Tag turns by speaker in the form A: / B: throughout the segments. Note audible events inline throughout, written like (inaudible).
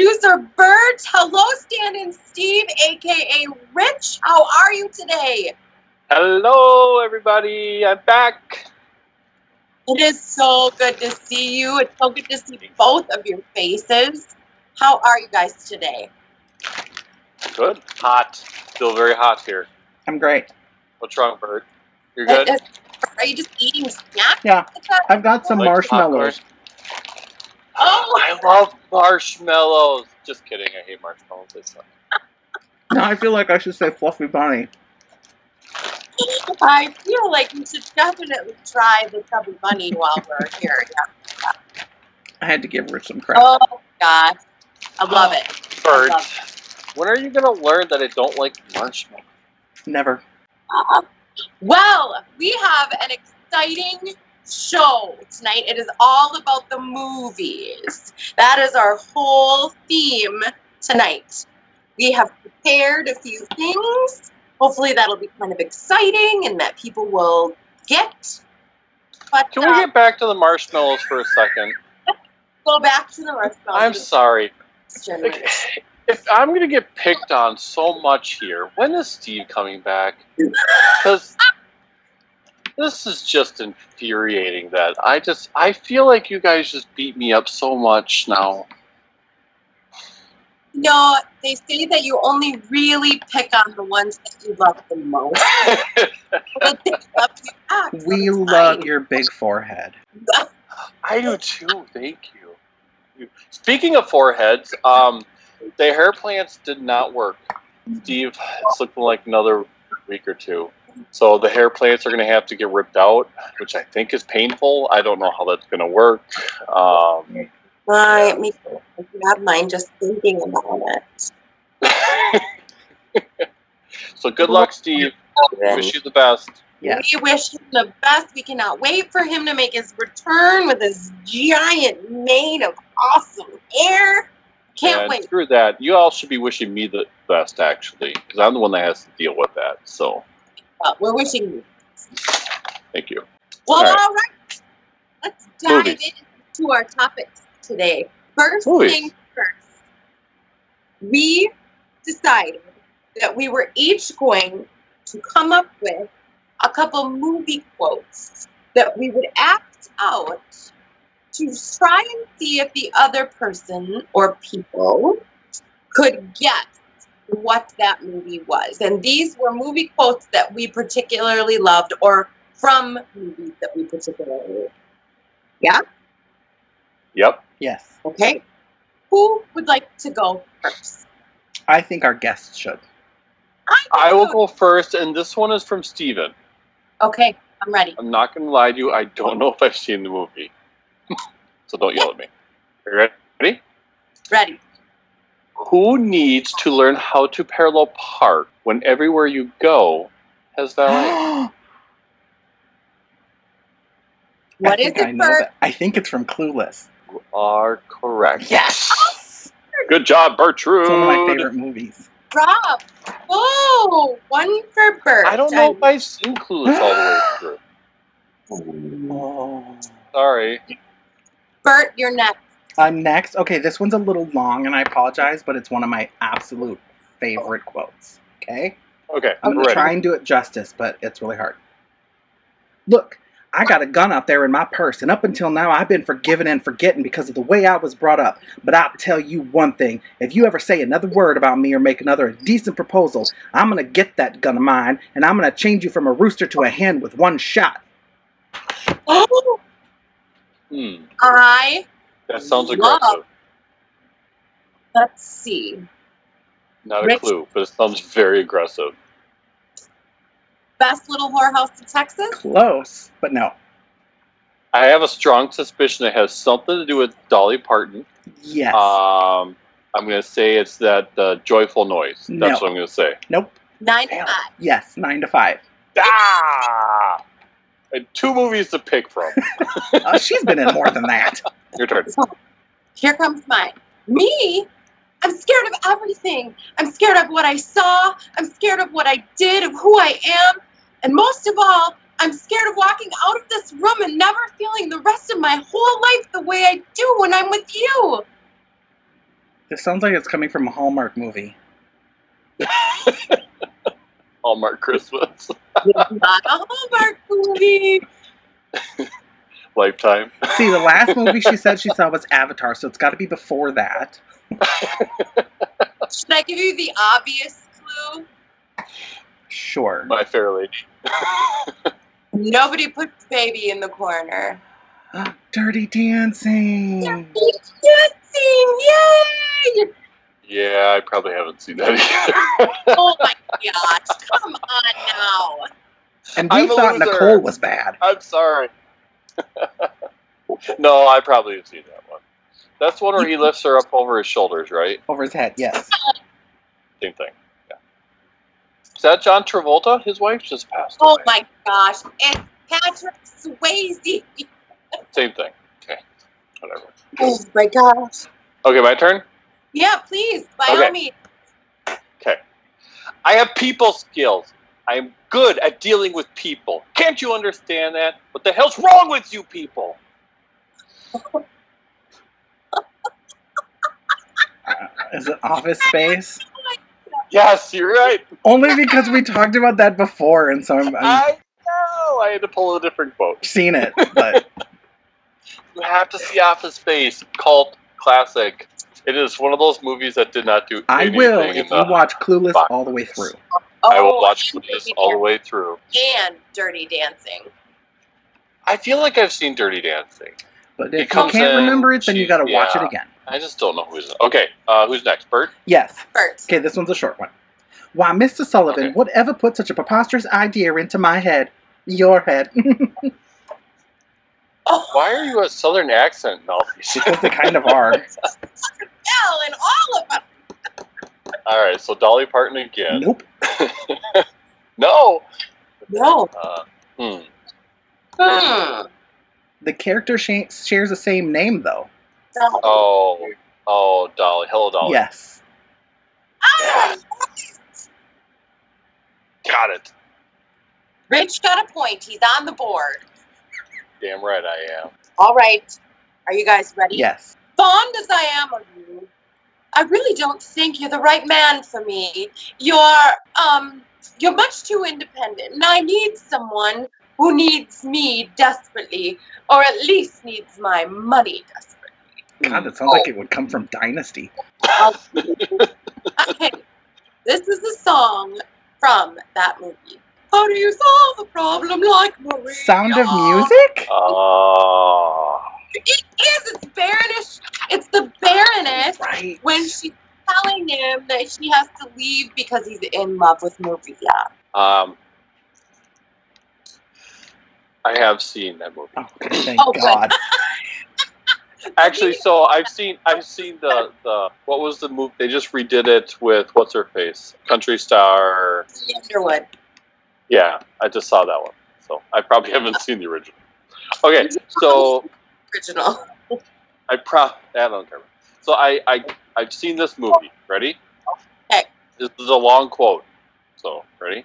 A: Bert. Hello, Standing Steve, aka Rich. How are you today?
B: Hello, everybody. I'm back.
A: It is so good to see you. It's so good to see both of your faces. How are you guys today?
B: Good. Hot. Still very hot here.
C: I'm great.
B: What's wrong, Bert? You're good?
A: That is- Are you just eating snacks?
C: Yeah. I've got some
B: Like
C: marshmallows.
A: Oh,
B: I love marshmallows. Just kidding. I hate marshmallows. They suck.
C: Now I feel like I should say fluffy bunny.
A: I feel like you should definitely try the Chubby Bunny while we're here. Yeah.
C: I had to give Rich some crap.
A: Oh, God. I love it.
B: Bert,
A: love
B: when are you going to learn that I don't like marshmallows?
C: Never.
A: Well, we have an exciting show tonight. It is all about the movies. That is our whole theme tonight. We have prepared a few things. Hopefully, that'll be kind of exciting and that people will get. But
B: Can we
A: uh,
B: get back to the marshmallows for a second?
A: go back to the restaurant.
B: I'm sorry.
A: question.
B: Like, (laughs) if I'm gonna get picked on so much here, when is Steve coming back? Because this is just infuriating. That I just I feel like you guys just beat me up so much now.
A: No, they say that you only really pick on the ones that you love the
B: (laughs)
A: most. But they love you back
C: We
A: sometimes.
C: love your big forehead.
B: I do too. Thank you. Speaking of foreheads, um, the hair plants did not work. Steve, it's looking like another week or two. So the hair plants are going to have to get ripped out, which I think is painful. I don't know how that's going to work. Um,
A: Right, me too. I grab mine just thinking about it.
B: so good luck, Steve. Wish you the best.
C: Yeah.
A: We wish him the best. We cannot wait for him to make his return with his giant mane of awesome hair. Can't
B: and
A: wait.
B: Screw that. You all should be wishing me the best, actually, because I'm the one that has to deal with that. So
A: Uh, we're wishing you.
B: thank you.
A: Well, all
B: All right.
A: right. Let's dive
B: Movies.
A: into our topics today. First
B: Movies.
A: thing first, we decided that we were each going to come up with a couple movie quotes that we would act out to try and see if the other person or people could guess what that movie was. And these were movie quotes that we particularly loved or from movies that we particularly loved.
B: Yep.
C: Yes.
A: Okay. Who would like to go first?
C: I think our guests should.
B: I will go first, and this one is from Steven.
A: Okay, I'm ready.
B: I'm not going to lie to you. I don't (laughs) know if I've seen the movie. (laughs) so don't yell at me. Are you ready?
A: Ready.
B: Who needs to learn how to parallel park when everywhere you go has
C: (gasps)
B: valet?
A: What
C: I
A: is
B: (laughs)
C: think I
A: it
C: know
A: first?
C: that. I think it's from Clueless.
B: you are correct.
C: Yes.
B: Good job, Bertrude.
C: It's one of my favorite movies.
A: Rob. Oh, one for Bert.
B: I don't know if I've seen Clueless all the way through.
C: (gasps) Oh.
B: Sorry.
A: Bert, you're
B: (gasps)
A: next.
C: I'm next. Okay, this one's a little long, and I apologize, but it's one of my absolute favorite quotes. Okay.
B: Okay, I'm
C: I'm gonna
B: ready.
C: try and do it justice, but it's really hard. Look, I got a gun out there in my purse, and up until now I've been forgiven and forgetting because of the way I was brought up. But I'll tell you one thing if you ever say another word about me or make another indecent proposal, I'm gonna get that gun of mine, and I'm gonna change you from a rooster to a hen with one shot.
A: Oh,
B: Hmm,
A: I
B: that sounds
A: Love.
B: aggressive.
A: let's see.
B: Not a
A: Rich.
B: clue, but it sounds very aggressive.
A: Best little whorehouse in Texas.
C: Close, but no.
B: I have a strong suspicion it has something to do with Dolly Parton.
C: Yes.
B: Um, I'm gonna say it's that uh, joyful noise.
C: No.
B: That's what I'm gonna say.
C: nope.
A: Nine
B: Damn.
A: five.
C: Yes. Nine to five.
B: Ah! And two movies to pick
C: (laughs)
B: from.
C: Uh, she's been in more than that.
B: Your turn.
A: Here comes mine. Me? I'm scared of everything. I'm scared of what I saw. I'm scared of what I did, of who I am. And most of all, I'm scared of walking out of this room and never feeling the rest of my whole life the way I do when I'm with you.
C: This sounds like it's coming from a Hallmark movie.
B: Hallmark Christmas, (laughs)
A: Not a Hallmark movie.
B: Lifetime.
C: See, the last movie she said she saw was Avatar, so it's got to be before that.
A: Should I give you the obvious clue?
C: Sure.
B: My Fair Lady.
A: Nobody put baby in the corner.
C: Dirty Dancing.
A: Justin, yay!
B: Yeah, I probably haven't seen that (laughs) either.
A: Oh my gosh, come on now.
C: And
B: I'm
C: we
B: a
C: thought
B: loser.
C: Nicole was bad.
B: I'm sorry. (laughs) no, I probably have seen that one. That's one where he lifts her up over his shoulders, right?
C: Over his head, yes.
B: Same thing. Yeah. Is that John Travolta? His wife just passed
A: Oh
B: away.
A: my gosh, it's Patrick Swayze.
B: Same thing. Okay. Whatever.
A: Oh my gosh.
B: Okay, my turn.
A: Yeah, please, by
B: Okay.
A: all means.
B: Okay. I have people skills. I'm good at dealing with people. Can't you understand that? What the hell's wrong with you people?
C: Is it Office Space?
B: Yes, you're
C: (laughs)
B: right.
C: Only because we talked about that before, and so I'm, I'm
B: I know. I had to pull a different quote. (laughs)
C: seen it. But
B: You have to see Office Space, cult classic. It is one of those movies that did not do.
C: I
B: anything
C: will
B: in
C: if
B: the-
C: you watch Clueless
B: box.
C: all the way through.
A: Oh,
B: I will watch
A: and
B: this
A: Dirty
B: all the way through.
A: Dan- And Dirty Dancing.
B: I feel like I've seen Dirty Dancing.
C: But
B: It
C: if you
B: comes
C: can't
B: in,
C: remember it, then you got to watch it
B: yeah.
C: again.
B: I just don't know who's. Okay, uh, who's next? Bert.
C: Yes.
A: First.
C: Okay, this one's a short one. Why, Mr. Sullivan,
B: Okay.
C: whatever put such a preposterous idea into my head? Your head. (laughs)
A: Oh,
B: Why are you a Southern accent, Melfi?
C: because they kind of are.
A: hell, and all of us.
B: (laughs) all right, so Dolly Parton again.
C: Nope.
B: No.
A: No.
B: Uh, hmm.
A: Hmm.
C: The character sh- shares the same name, though.
A: So,
B: Oh. Oh, Dolly. Hello, Dolly.
C: Yes.
A: ah,
B: Got it.
A: Rich got a point. He's on the board.
B: Damn right I am.
A: All right. Are you guys ready?
C: Yes.
A: Fond as I am of you, I really don't think you're the right man for me. You're um you're much too independent, and I need someone who needs me desperately, or at least needs my money desperately. (laughs)
C: God, that sounds like it would come from Dynasty.
A: Okay, this is a song from that movie. How do you solve a problem like Maria?
C: Sound of Music?
B: Oh.
A: It is. It's Baroness. It's the Baroness.
C: Right.
A: when she's telling him that she has to leave because he's in love with Maria.
B: Um, I have seen that movie.
C: Oh, thank
A: Oh, good.
C: God.
B: Actually, so I've seen I've seen the the what was the movie? They just redid it with what's her face, country star.
A: Lee Underwood.
B: Yeah, I just saw that one. So I probably (laughs) haven't seen the original. Okay, so
A: Original.
B: I pro I don't care. So I I I've seen this movie. Ready?
A: Okay.
B: This is a long quote. So ready?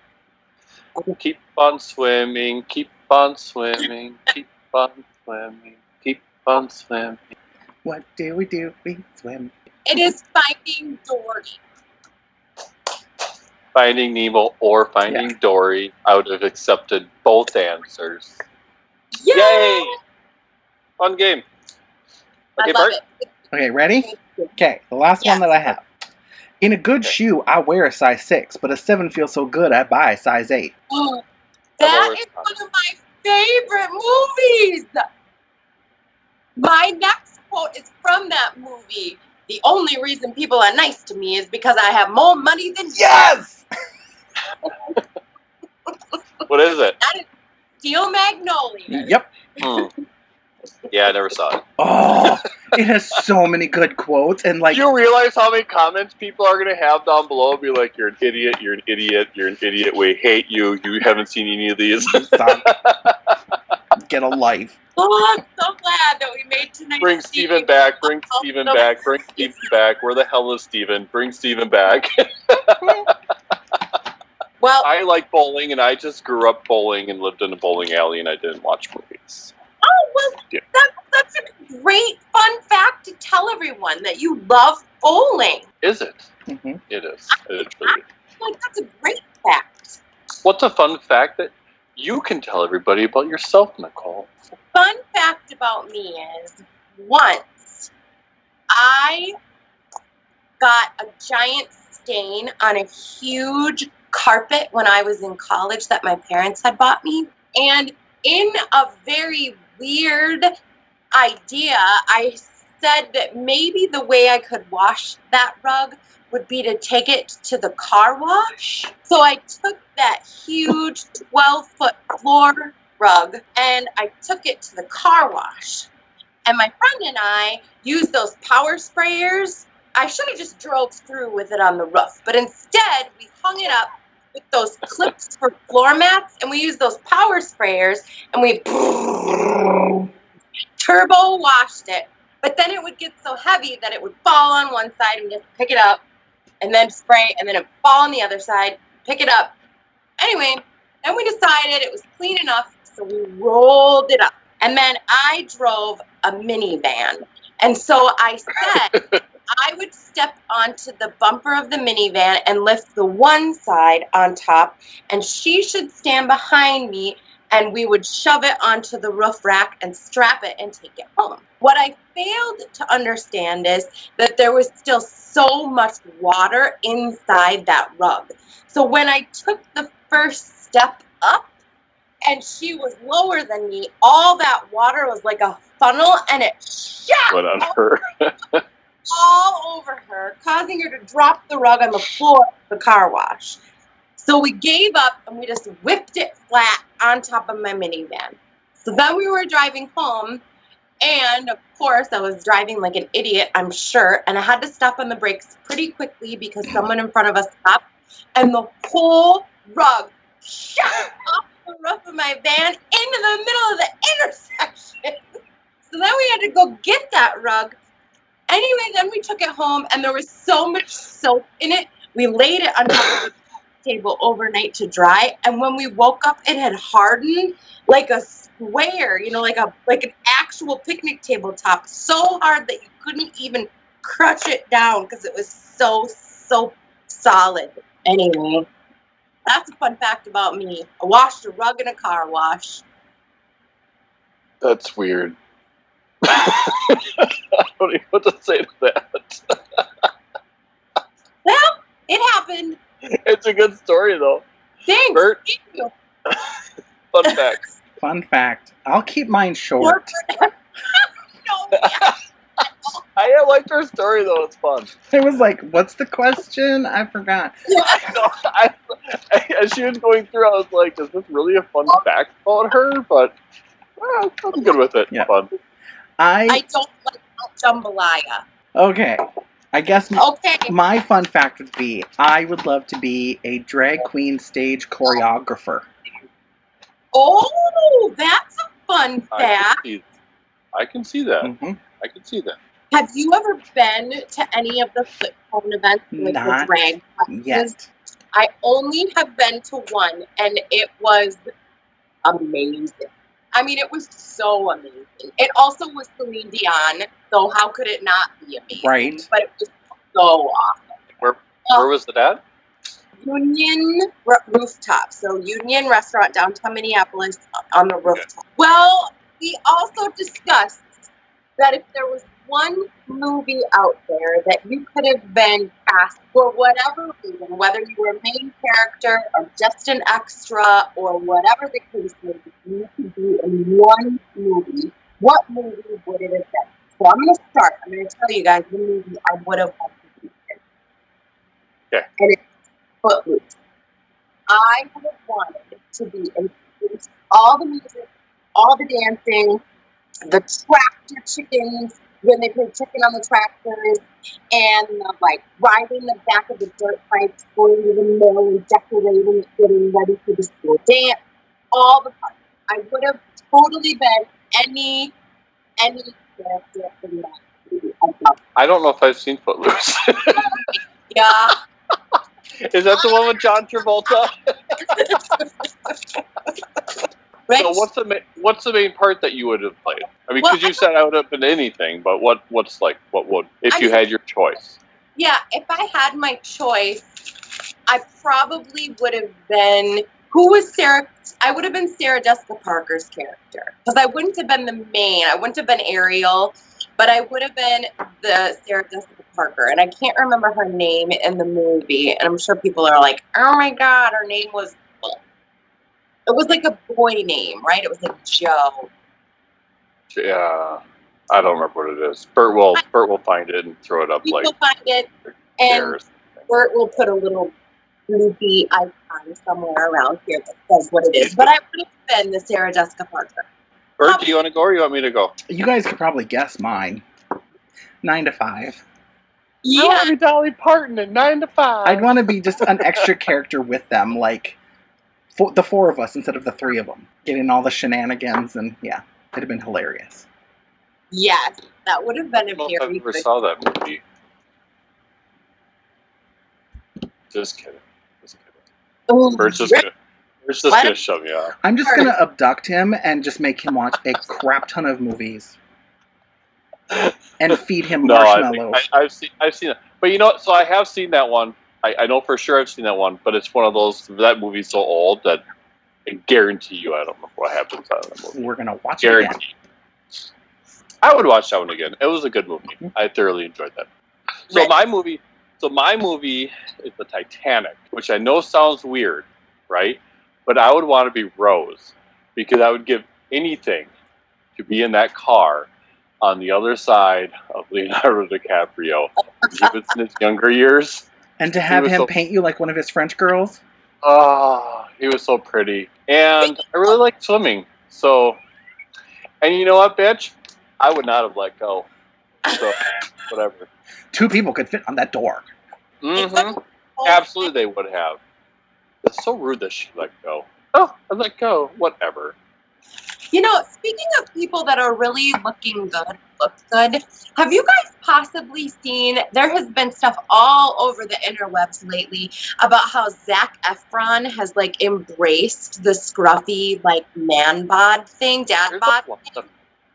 A: Okay.
B: Keep on swimming. Keep on swimming. Keep on swimming. Keep on swimming.
C: What do we do? We swim.
A: It is Finding Dory.
B: Finding Nemo or Finding Dory, I would have accepted both answers.
A: Yay!
B: Yay! Fun game.
A: I
B: Okay,
A: love
B: Bert.
A: it.
C: Okay, ready?
A: Thank you.
C: Okay, the last
A: Yes.
C: one that I have. In a good shoe, I wear a size 6, but a 7 feels so good, I buy a size 8.
A: Ooh,
B: I've
A: that
B: always
A: is
B: thought-
A: one of my favorite movies. My next quote is from that movie. The only reason people are nice to me is because I have more money than
C: Yes!
B: What is it?
A: Steel Magnolia.
C: Yep.
B: Hmm. Yeah, I never saw it.
C: Oh, it has so many good quotes and like (laughs)
B: you realize how many comments people are going to have down below? Be like, you're an idiot, you're an idiot, you're an idiot, we hate you, you haven't seen any of these.
C: stop. get a life.
A: Oh, I'm so glad that we made tonight.
B: bring Steven back, bring Steven back, bring Steven back. Where the hell is Steven? Bring Steven back.
A: Well,
B: I like bowling, and I just grew up bowling and lived in a bowling alley, and I didn't watch movies.
A: Oh, well,
B: Yeah.
A: that's, that's a great fun fact to tell everyone that you love bowling.
B: Is it?
C: hmm
B: It is. It is really.
A: Like that's a great fact.
B: What's a fun fact that you can tell everybody about yourself, Nicole?
A: Fun fact about me is once I got a giant stain on a huge carpet when I was in college that my parents had bought me. And in a very weird idea, I said that maybe the way I could wash that rug would be to take it to the car wash. So I took that huge 12 foot floor rug and I took it to the car wash. And my friend and I used those power sprayers. I should have just drove through with it on the roof, but instead we hung it up with those clips for floor mats and we used those power sprayers and we turbo washed it. But then it would get so heavy that it would fall on one side and we have to pick it up and then spray it, and then it would fall on the other side, pick it up. Anyway, then we decided it was clean enough, so we rolled it up. And then I drove a minivan. And so I said I would step onto the bumper of the minivan and lift the one side on top, and she should stand behind me, and we would shove it onto the roof rack and strap it and take it home. What I failed to understand is that there was still so much water inside that rug. So when I took the first step up, and she was lower than me. All that water was like a funnel and it shot
B: Went on her.
A: all over her, causing her to drop the rug on the floor of the car wash. So we gave up and we just whipped it flat on top of my minivan. So then we were driving home, and of course, I was driving like an idiot, I'm sure, and I had to stop on the brakes pretty quickly because someone in front of us stopped, and the whole rug shot off the roof of my van into the middle of the intersection. (laughs) So then we had to go get that rug Anyway, then we took it home, and there was so much soap in it. We laid it on top of the table overnight to dry, and when we woke up, it had hardened like a square, you know, like a like an actual picnic table top, so hard that you couldn't even crutch it down because it was so so solid. Anyway, that's a fun fact about me. I washed a rug in a car wash.
B: That's weird. (laughs) I don't even know what to say to that.
A: It happened.
B: It's a good story though.
A: Thanks.
B: Bert,
A: Thank you.
B: fun fact. (laughs)
C: Fun fact. I'll keep mine short.
A: (laughs) No,
B: I liked her story though. It's fun.
C: It was like, what's the question? I forgot.
B: No, (laughs) (laughs) I, as she was going through, I was like, "Is this really a fun fact about her?" But well, I'm good with it.
C: Yeah.
B: Fun.
A: I
C: I
A: don't like jambalaya.
C: okay. I guess
A: Okay.
C: my fun fact would be I would love to be a drag queen stage choreographer.
A: Oh, that's a fun
B: I can,
A: fact.
B: see, I can see that.
C: Mhm.
B: I can see that.
A: Have you ever been to any of the flip phone events with the
C: Not
A: drag? classes?
C: Yet.
A: I only have been to one, and it was amazing. I mean, it was so amazing. It also was Celine Dion, so how could it not be amazing?
C: Right.
A: But it was so awesome.
B: Where
A: Oh.
B: where was it at?
A: Union Ro- Rooftop. So Union Restaurant downtown Minneapolis on the rooftop. Well, we also discussed that if there was one movie out there that you could have been cast for whatever reason, whether you were a main character or just an extra or whatever the case may be, you could be in one movie. What movie would it have been? So I'm going to start. I'm going to tell you guys the movie I would have wanted to be in.
B: Okay.
A: And it's Footloose. I would have wanted to be in Footloose. all the music, all the dancing, the tractor chickens when they put chicken on the tractors, and the, like riding the back of the dirt bikes, going to the mill and decorating, it, getting ready for the school dance, all the parts. I would have totally been any any character in that movie. I think.
B: I don't know if I've seen Footloose. (laughs)
A: Yeah.
B: Is that the one with John (laughs) Travolta?
A: Right.
B: So what's the ma- what's the main part that you would have played? I mean,
A: Well,
B: because
A: I
B: you said I would have been anything, but what what's like what would if
A: I
B: you
A: mean-
B: had your choice?
A: yeah, if I had my choice, I probably would have been who was Sarah? I would have been Sarah Jessica Parker's character because I wouldn't have been the main. I wouldn't have been Ariel, but I would have been the Sarah Jessica Parker, and I can't remember her name in the movie. And I'm sure people are like, "Oh my God, her name was." It was like a boy name, right? It was like Joe.
B: Yeah, I don't remember what it is. Bert will Bert will find it and throw it up
A: People
B: like
A: find it, and
B: cares.
A: Bert will put a little loopy icon somewhere around here that says what it is. But I would have been the Sarah Jessica Parker.
B: Bert, do you want to go or you want me to go?
C: You guys could probably guess mine. Nine to five.
B: I
A: Oh,
B: want to be Dolly Parton at nine to 5
C: I'd want to be just an extra character with them, like fo- the four of us instead of the three of them, getting all the shenanigans, and yeah, it'd have been hilarious.
A: Yes, that would have been a
B: I don't know if I
A: very
B: ever
A: good.
B: saw that movie. Just kidding. Just kidding.
A: Ooh,
B: Bert's just
A: Rick,
B: gonna, Bert's just
A: What?
B: gonna shove you out.
C: I'm just gonna abduct him and just make him watch a crap ton of movies and feed
B: (laughs)
C: him
B: No, I
C: marshmallows.
B: think, I, I've seen I've seen it, but you know, what? so I have seen that one. I, I know for sure I've seen that one, but it's one of those that movie's so old that I guarantee you I don't remember what happens out of the movie.
C: We're gonna watch it again.
B: Guaranteed. I would watch that one again. It was a good movie. I thoroughly enjoyed that. So
A: Rick,
B: my movie, so my movie is the Titanic, which I know sounds weird, right? But I would want to be Rose because I would give anything to be in that car on the other side of Leonardo (laughs) DiCaprio, even in his younger years.
C: And to
B: He
C: have
B: was
C: him
B: so-
C: paint you like one of his French girls.
B: Ah, he was so pretty. And I really like swimming. So, and you know what, bitch? I would not have let go. So, whatever.
C: Two people could fit on that door.
B: hmm Absolutely, they would have. It's so rude that she let go. Oh, I let go. Whatever.
A: You know, speaking of people that are really looking good, look good, have you guys possibly seen? There has been stuff all over the interwebs lately about how Zach Efron has like embraced the scruffy like man bod thing, dad
B: Here's
A: bod.
B: a lot of-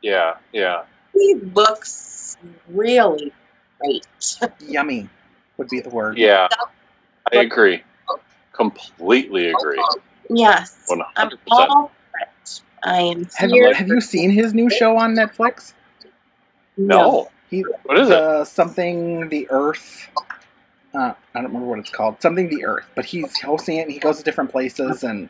B: Yeah, yeah.
A: He looks really great.
C: Yummy would be the word.
B: Yeah. I agree. Completely agree.
A: (laughs) Yes, I'm
B: 100%.
A: all for it. I am
C: Have,
A: here.
C: have you seen his new show on Netflix?
B: No.
C: He
B: What is it?
C: the something the Earth. Uh, I don't remember what it's called. Something the Earth, but he's hosting it. and He goes to different places, and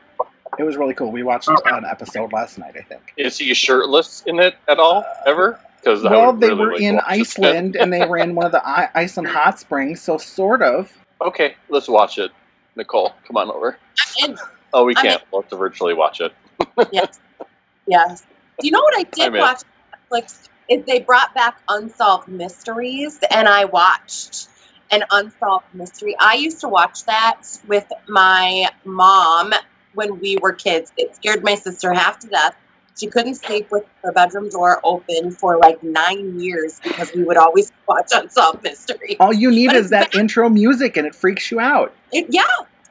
C: it was really cool. We watched an episode last night, I think.
B: Is he shirtless in it at all? Ever? Because
C: well, they were in Iceland, and they ran one of the I- Iceland hot springs, so sort of.
B: Okay, let's watch it. Nicole, come on over.
A: And-
B: Oh, we
A: I
B: can't. We'll have to virtually watch it.
A: yes. Yes. Do you know what I did
B: I'm in.
A: watch on Netflix? Is they brought back Unsolved Mysteries, and I watched an Unsolved Mystery. I used to watch that with my mom when we were kids. It scared my sister half to death. She couldn't sleep with her bedroom door open for like nine years because we would always (laughs) watch Unsolved Mysteries.
C: All you need
A: But
C: is
A: it's
C: that intro music, and it freaks you out.
A: It, yeah.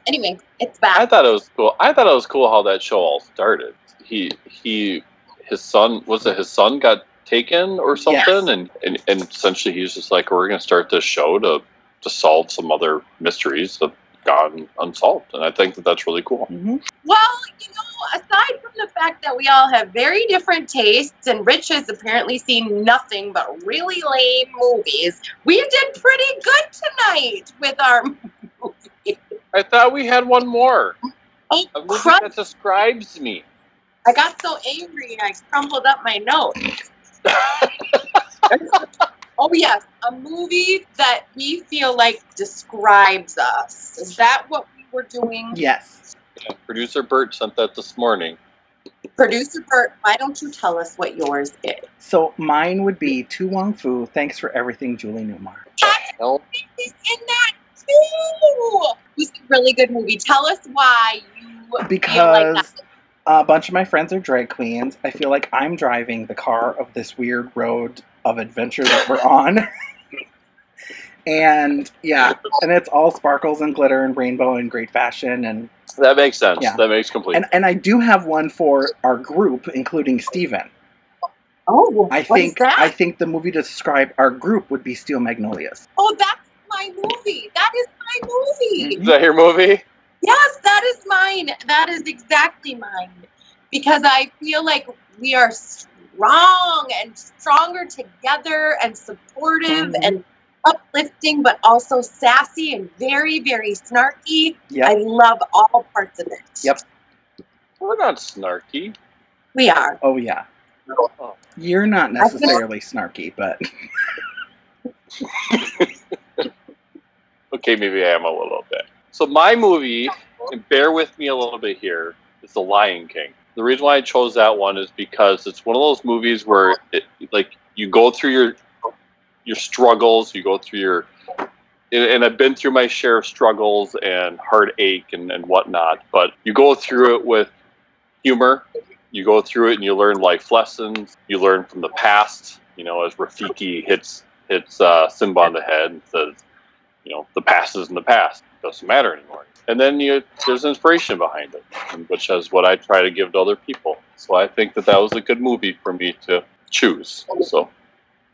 A: Anyway, it's back.
B: I thought it was cool. I thought it was cool how that show all started. He he his son was it his son got taken or something
C: Yes.
B: and, and and essentially he's just like we're gonna start this show to to solve some other mysteries that gone unsolved and I think that that's really cool.
C: hmm
A: Well, you know, aside from the fact that we all have very different tastes, and Rich has apparently seen nothing but really lame movies, we did pretty good tonight with our (laughs) movie.
B: I thought we had one more.
A: Oh,
B: A movie
A: crud.
B: that describes me.
A: I got so angry I crumpled up my notes. oh, yes, a movie that we feel like describes us. Is that what we were doing?
C: Yes.
B: Producer Bert sent that this morning.
A: Producer Bert, why don't you tell us what yours is?
C: So mine would be Tu Wong Fu. Thanks for everything, Julie Newmar.
B: No.
A: He's in that too. It was a really good movie. Tell us why you feel like
C: Because
A: that.
C: a bunch of my friends are drag queens. I feel like I'm driving the car of this weird road of adventure that we're on. (laughs) and yeah, and it's all sparkles and glitter and rainbow and great fashion and
B: That makes sense.
C: Yeah.
B: That makes complete
C: and, and I do have one for our group including Steven.
A: Oh, what
C: I
A: is
C: think
A: that?
C: I think the movie to describe our group would be Steel Magnolias.
A: oh, that's my movie. That is my
C: Mm-hmm.
A: movie.
B: Is that your movie?
A: Yes, that is mine. That is exactly mine. Because I feel like we are strong and stronger together and supportive
C: Mhm.
A: and uplifting, but also sassy and very, very snarky. I
C: Yep.
A: love all parts of it.
C: Yep.
B: We're not snarky.
A: We are.
C: Oh yeah.
B: Oh.
C: You're not
A: I feel-
C: necessarily snarky, but (laughs)
B: Okay, maybe I am a little bit. So my movie, and bear with me a little bit here, is The Lion King. The reason why I chose that one is because it's one of those movies where, it, like, you go through your your struggles, you go through your, and, and I've been through my share of struggles and heartache and, and whatnot, but you go through it with humor. You go through it and you learn life lessons. You learn from the past. You know, as Rafiki hits hits uh, Simba on the head and says, you know, the past is in the past. It doesn't matter anymore. And then you, there's inspiration behind it, and which is what I try to give to other people. So I think that that was a good movie for me to choose. So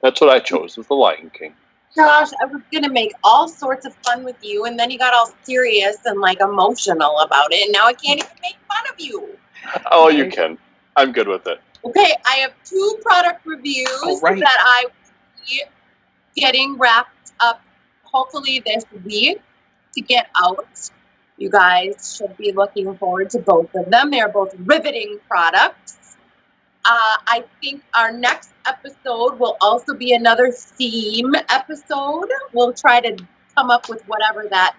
B: that's what I chose was The Lion King.
A: Josh, I was gonna make all sorts of fun with you, and then you got all serious and like emotional about it, and now I can't even make fun of you.
B: Oh, you can. I'm good with it.
A: Okay, I have two product reviews
C: All right.
A: that I will be getting wrapped up hopefully this week to get out. You guys should be looking forward to both of them. They are both riveting products. Uh, I think our next episode will also be another theme episode. We'll try to come up with whatever that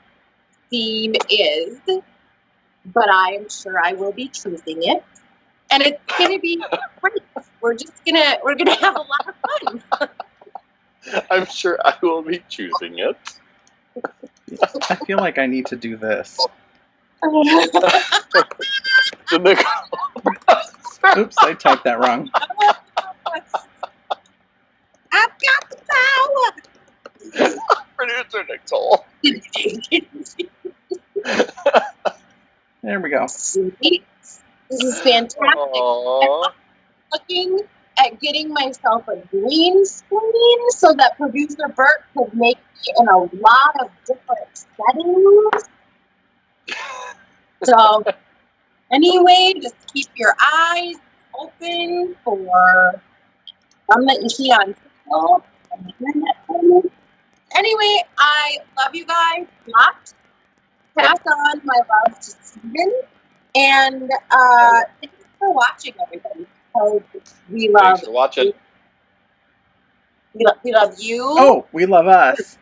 A: theme is, but I am sure I will be choosing it. And it's gonna be great. We're just gonna we're gonna have a lot of fun.
B: I'm sure I will be choosing it.
C: I feel like I need to do
A: (laughs)
C: this.
B: The Nicole-
C: Oops, I typed that wrong.
A: I've got the power.
B: (laughs) producer Nicole.
C: There we go.
A: Sweet. This is fantastic.
B: Oh. Aww.
A: Looking at getting myself a green screen so that producer Bert could make me in a lot of different settings. So, anyway, just keep your eyes open for some that you see on TikTok and the internet. channels. Anyway, I love you guys lots. Pass on my love to Steven. And uh, thanks for watching, everybody. Because we love,
B: Thanks for watching.
A: we love, we love you,
C: Oh, we love us.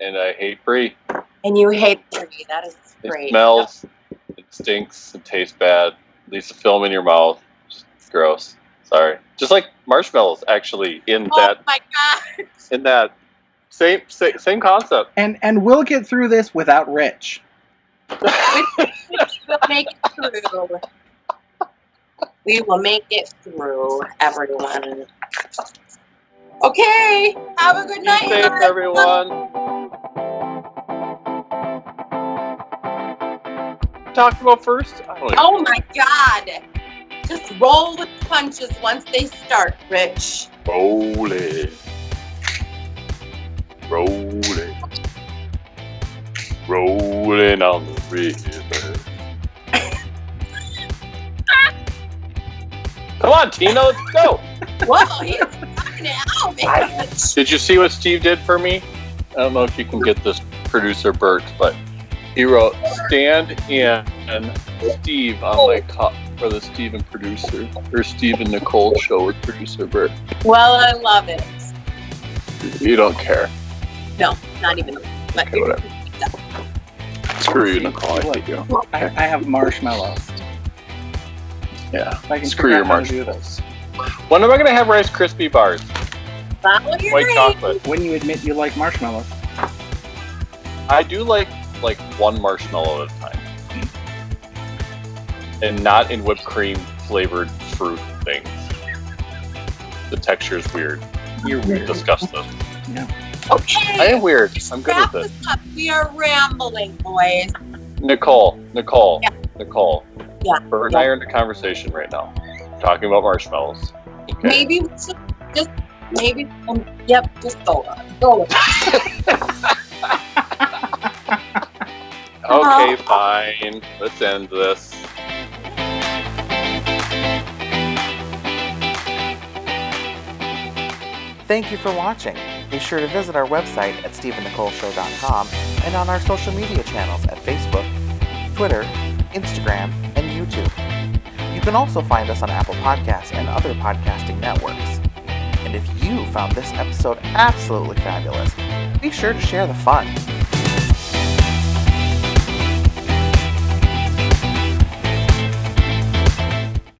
B: And I hate Brie.
A: and you hate Brie. That is
B: It
A: great.
B: smells. It stinks. It tastes bad. leaves a film in your mouth. It's gross. Sorry. Just like marshmallows, actually, in
A: Oh
B: that
A: my god!
B: in that same same, same concept.
C: And and we'll get through this without Rich.
A: We'll make it through. (laughs) we will make it through, everyone. Okay. Have a good
B: Be (laughs)
A: night.
B: safe, everyone. Talked about first. I don't know.
A: Oh my god! Just roll with the punches once they start, Rich.
B: Roll it. Roll it. Rolling on the river. Come on, Tina, let's go.
A: Whoa, he's knocking it out, man.
B: Did you see what Steve did for me? I don't know if you can get this producer Bert, but he wrote "Stand in Steve" on my cup for the Steve and producer or Steve and Nicole show with producer Bert.
A: Well, I love it.
B: You don't care.
A: No, not even. But
B: Okay, whatever. Screw you, Nicole. I hate you.
C: I, I have marshmallows.
B: Yeah.
C: If I can
B: Screw
C: figure
B: your
C: out how to do
B: marshmallows. When am I gonna have Rice Krispie bars?
A: follow your
B: White
A: dreams.
B: chocolate.
C: this. When you admit you like marshmallows.
B: I do like like one marshmallow at a time, and not in whipped cream flavored fruit things. The texture is weird.
C: You're
B: We've
C: weird.
B: discussed this.
A: Okay.
B: I am weird. I'm good
A: Wrap
B: with
A: this
B: this.
A: up. We are rambling, boys.
B: Nicole, Nicole,
A: Yeah.
B: Nicole.
A: Yeah,
B: Bert and I are in a conversation right now, talking about marshmallows. Okay.
A: Maybe we should just Maybe. Um, yep, just go on. Go with it. Uh-huh.
B: Okay, fine. Let's end this.
C: Thank you for watching. Be sure to visit our website at stephennicoleshow.com and on our social media channels at Facebook, Twitter, Instagram, and YouTube. You can also find us on Apple Podcasts and other podcasting networks. And if you found this episode absolutely fabulous, be sure to share the fun.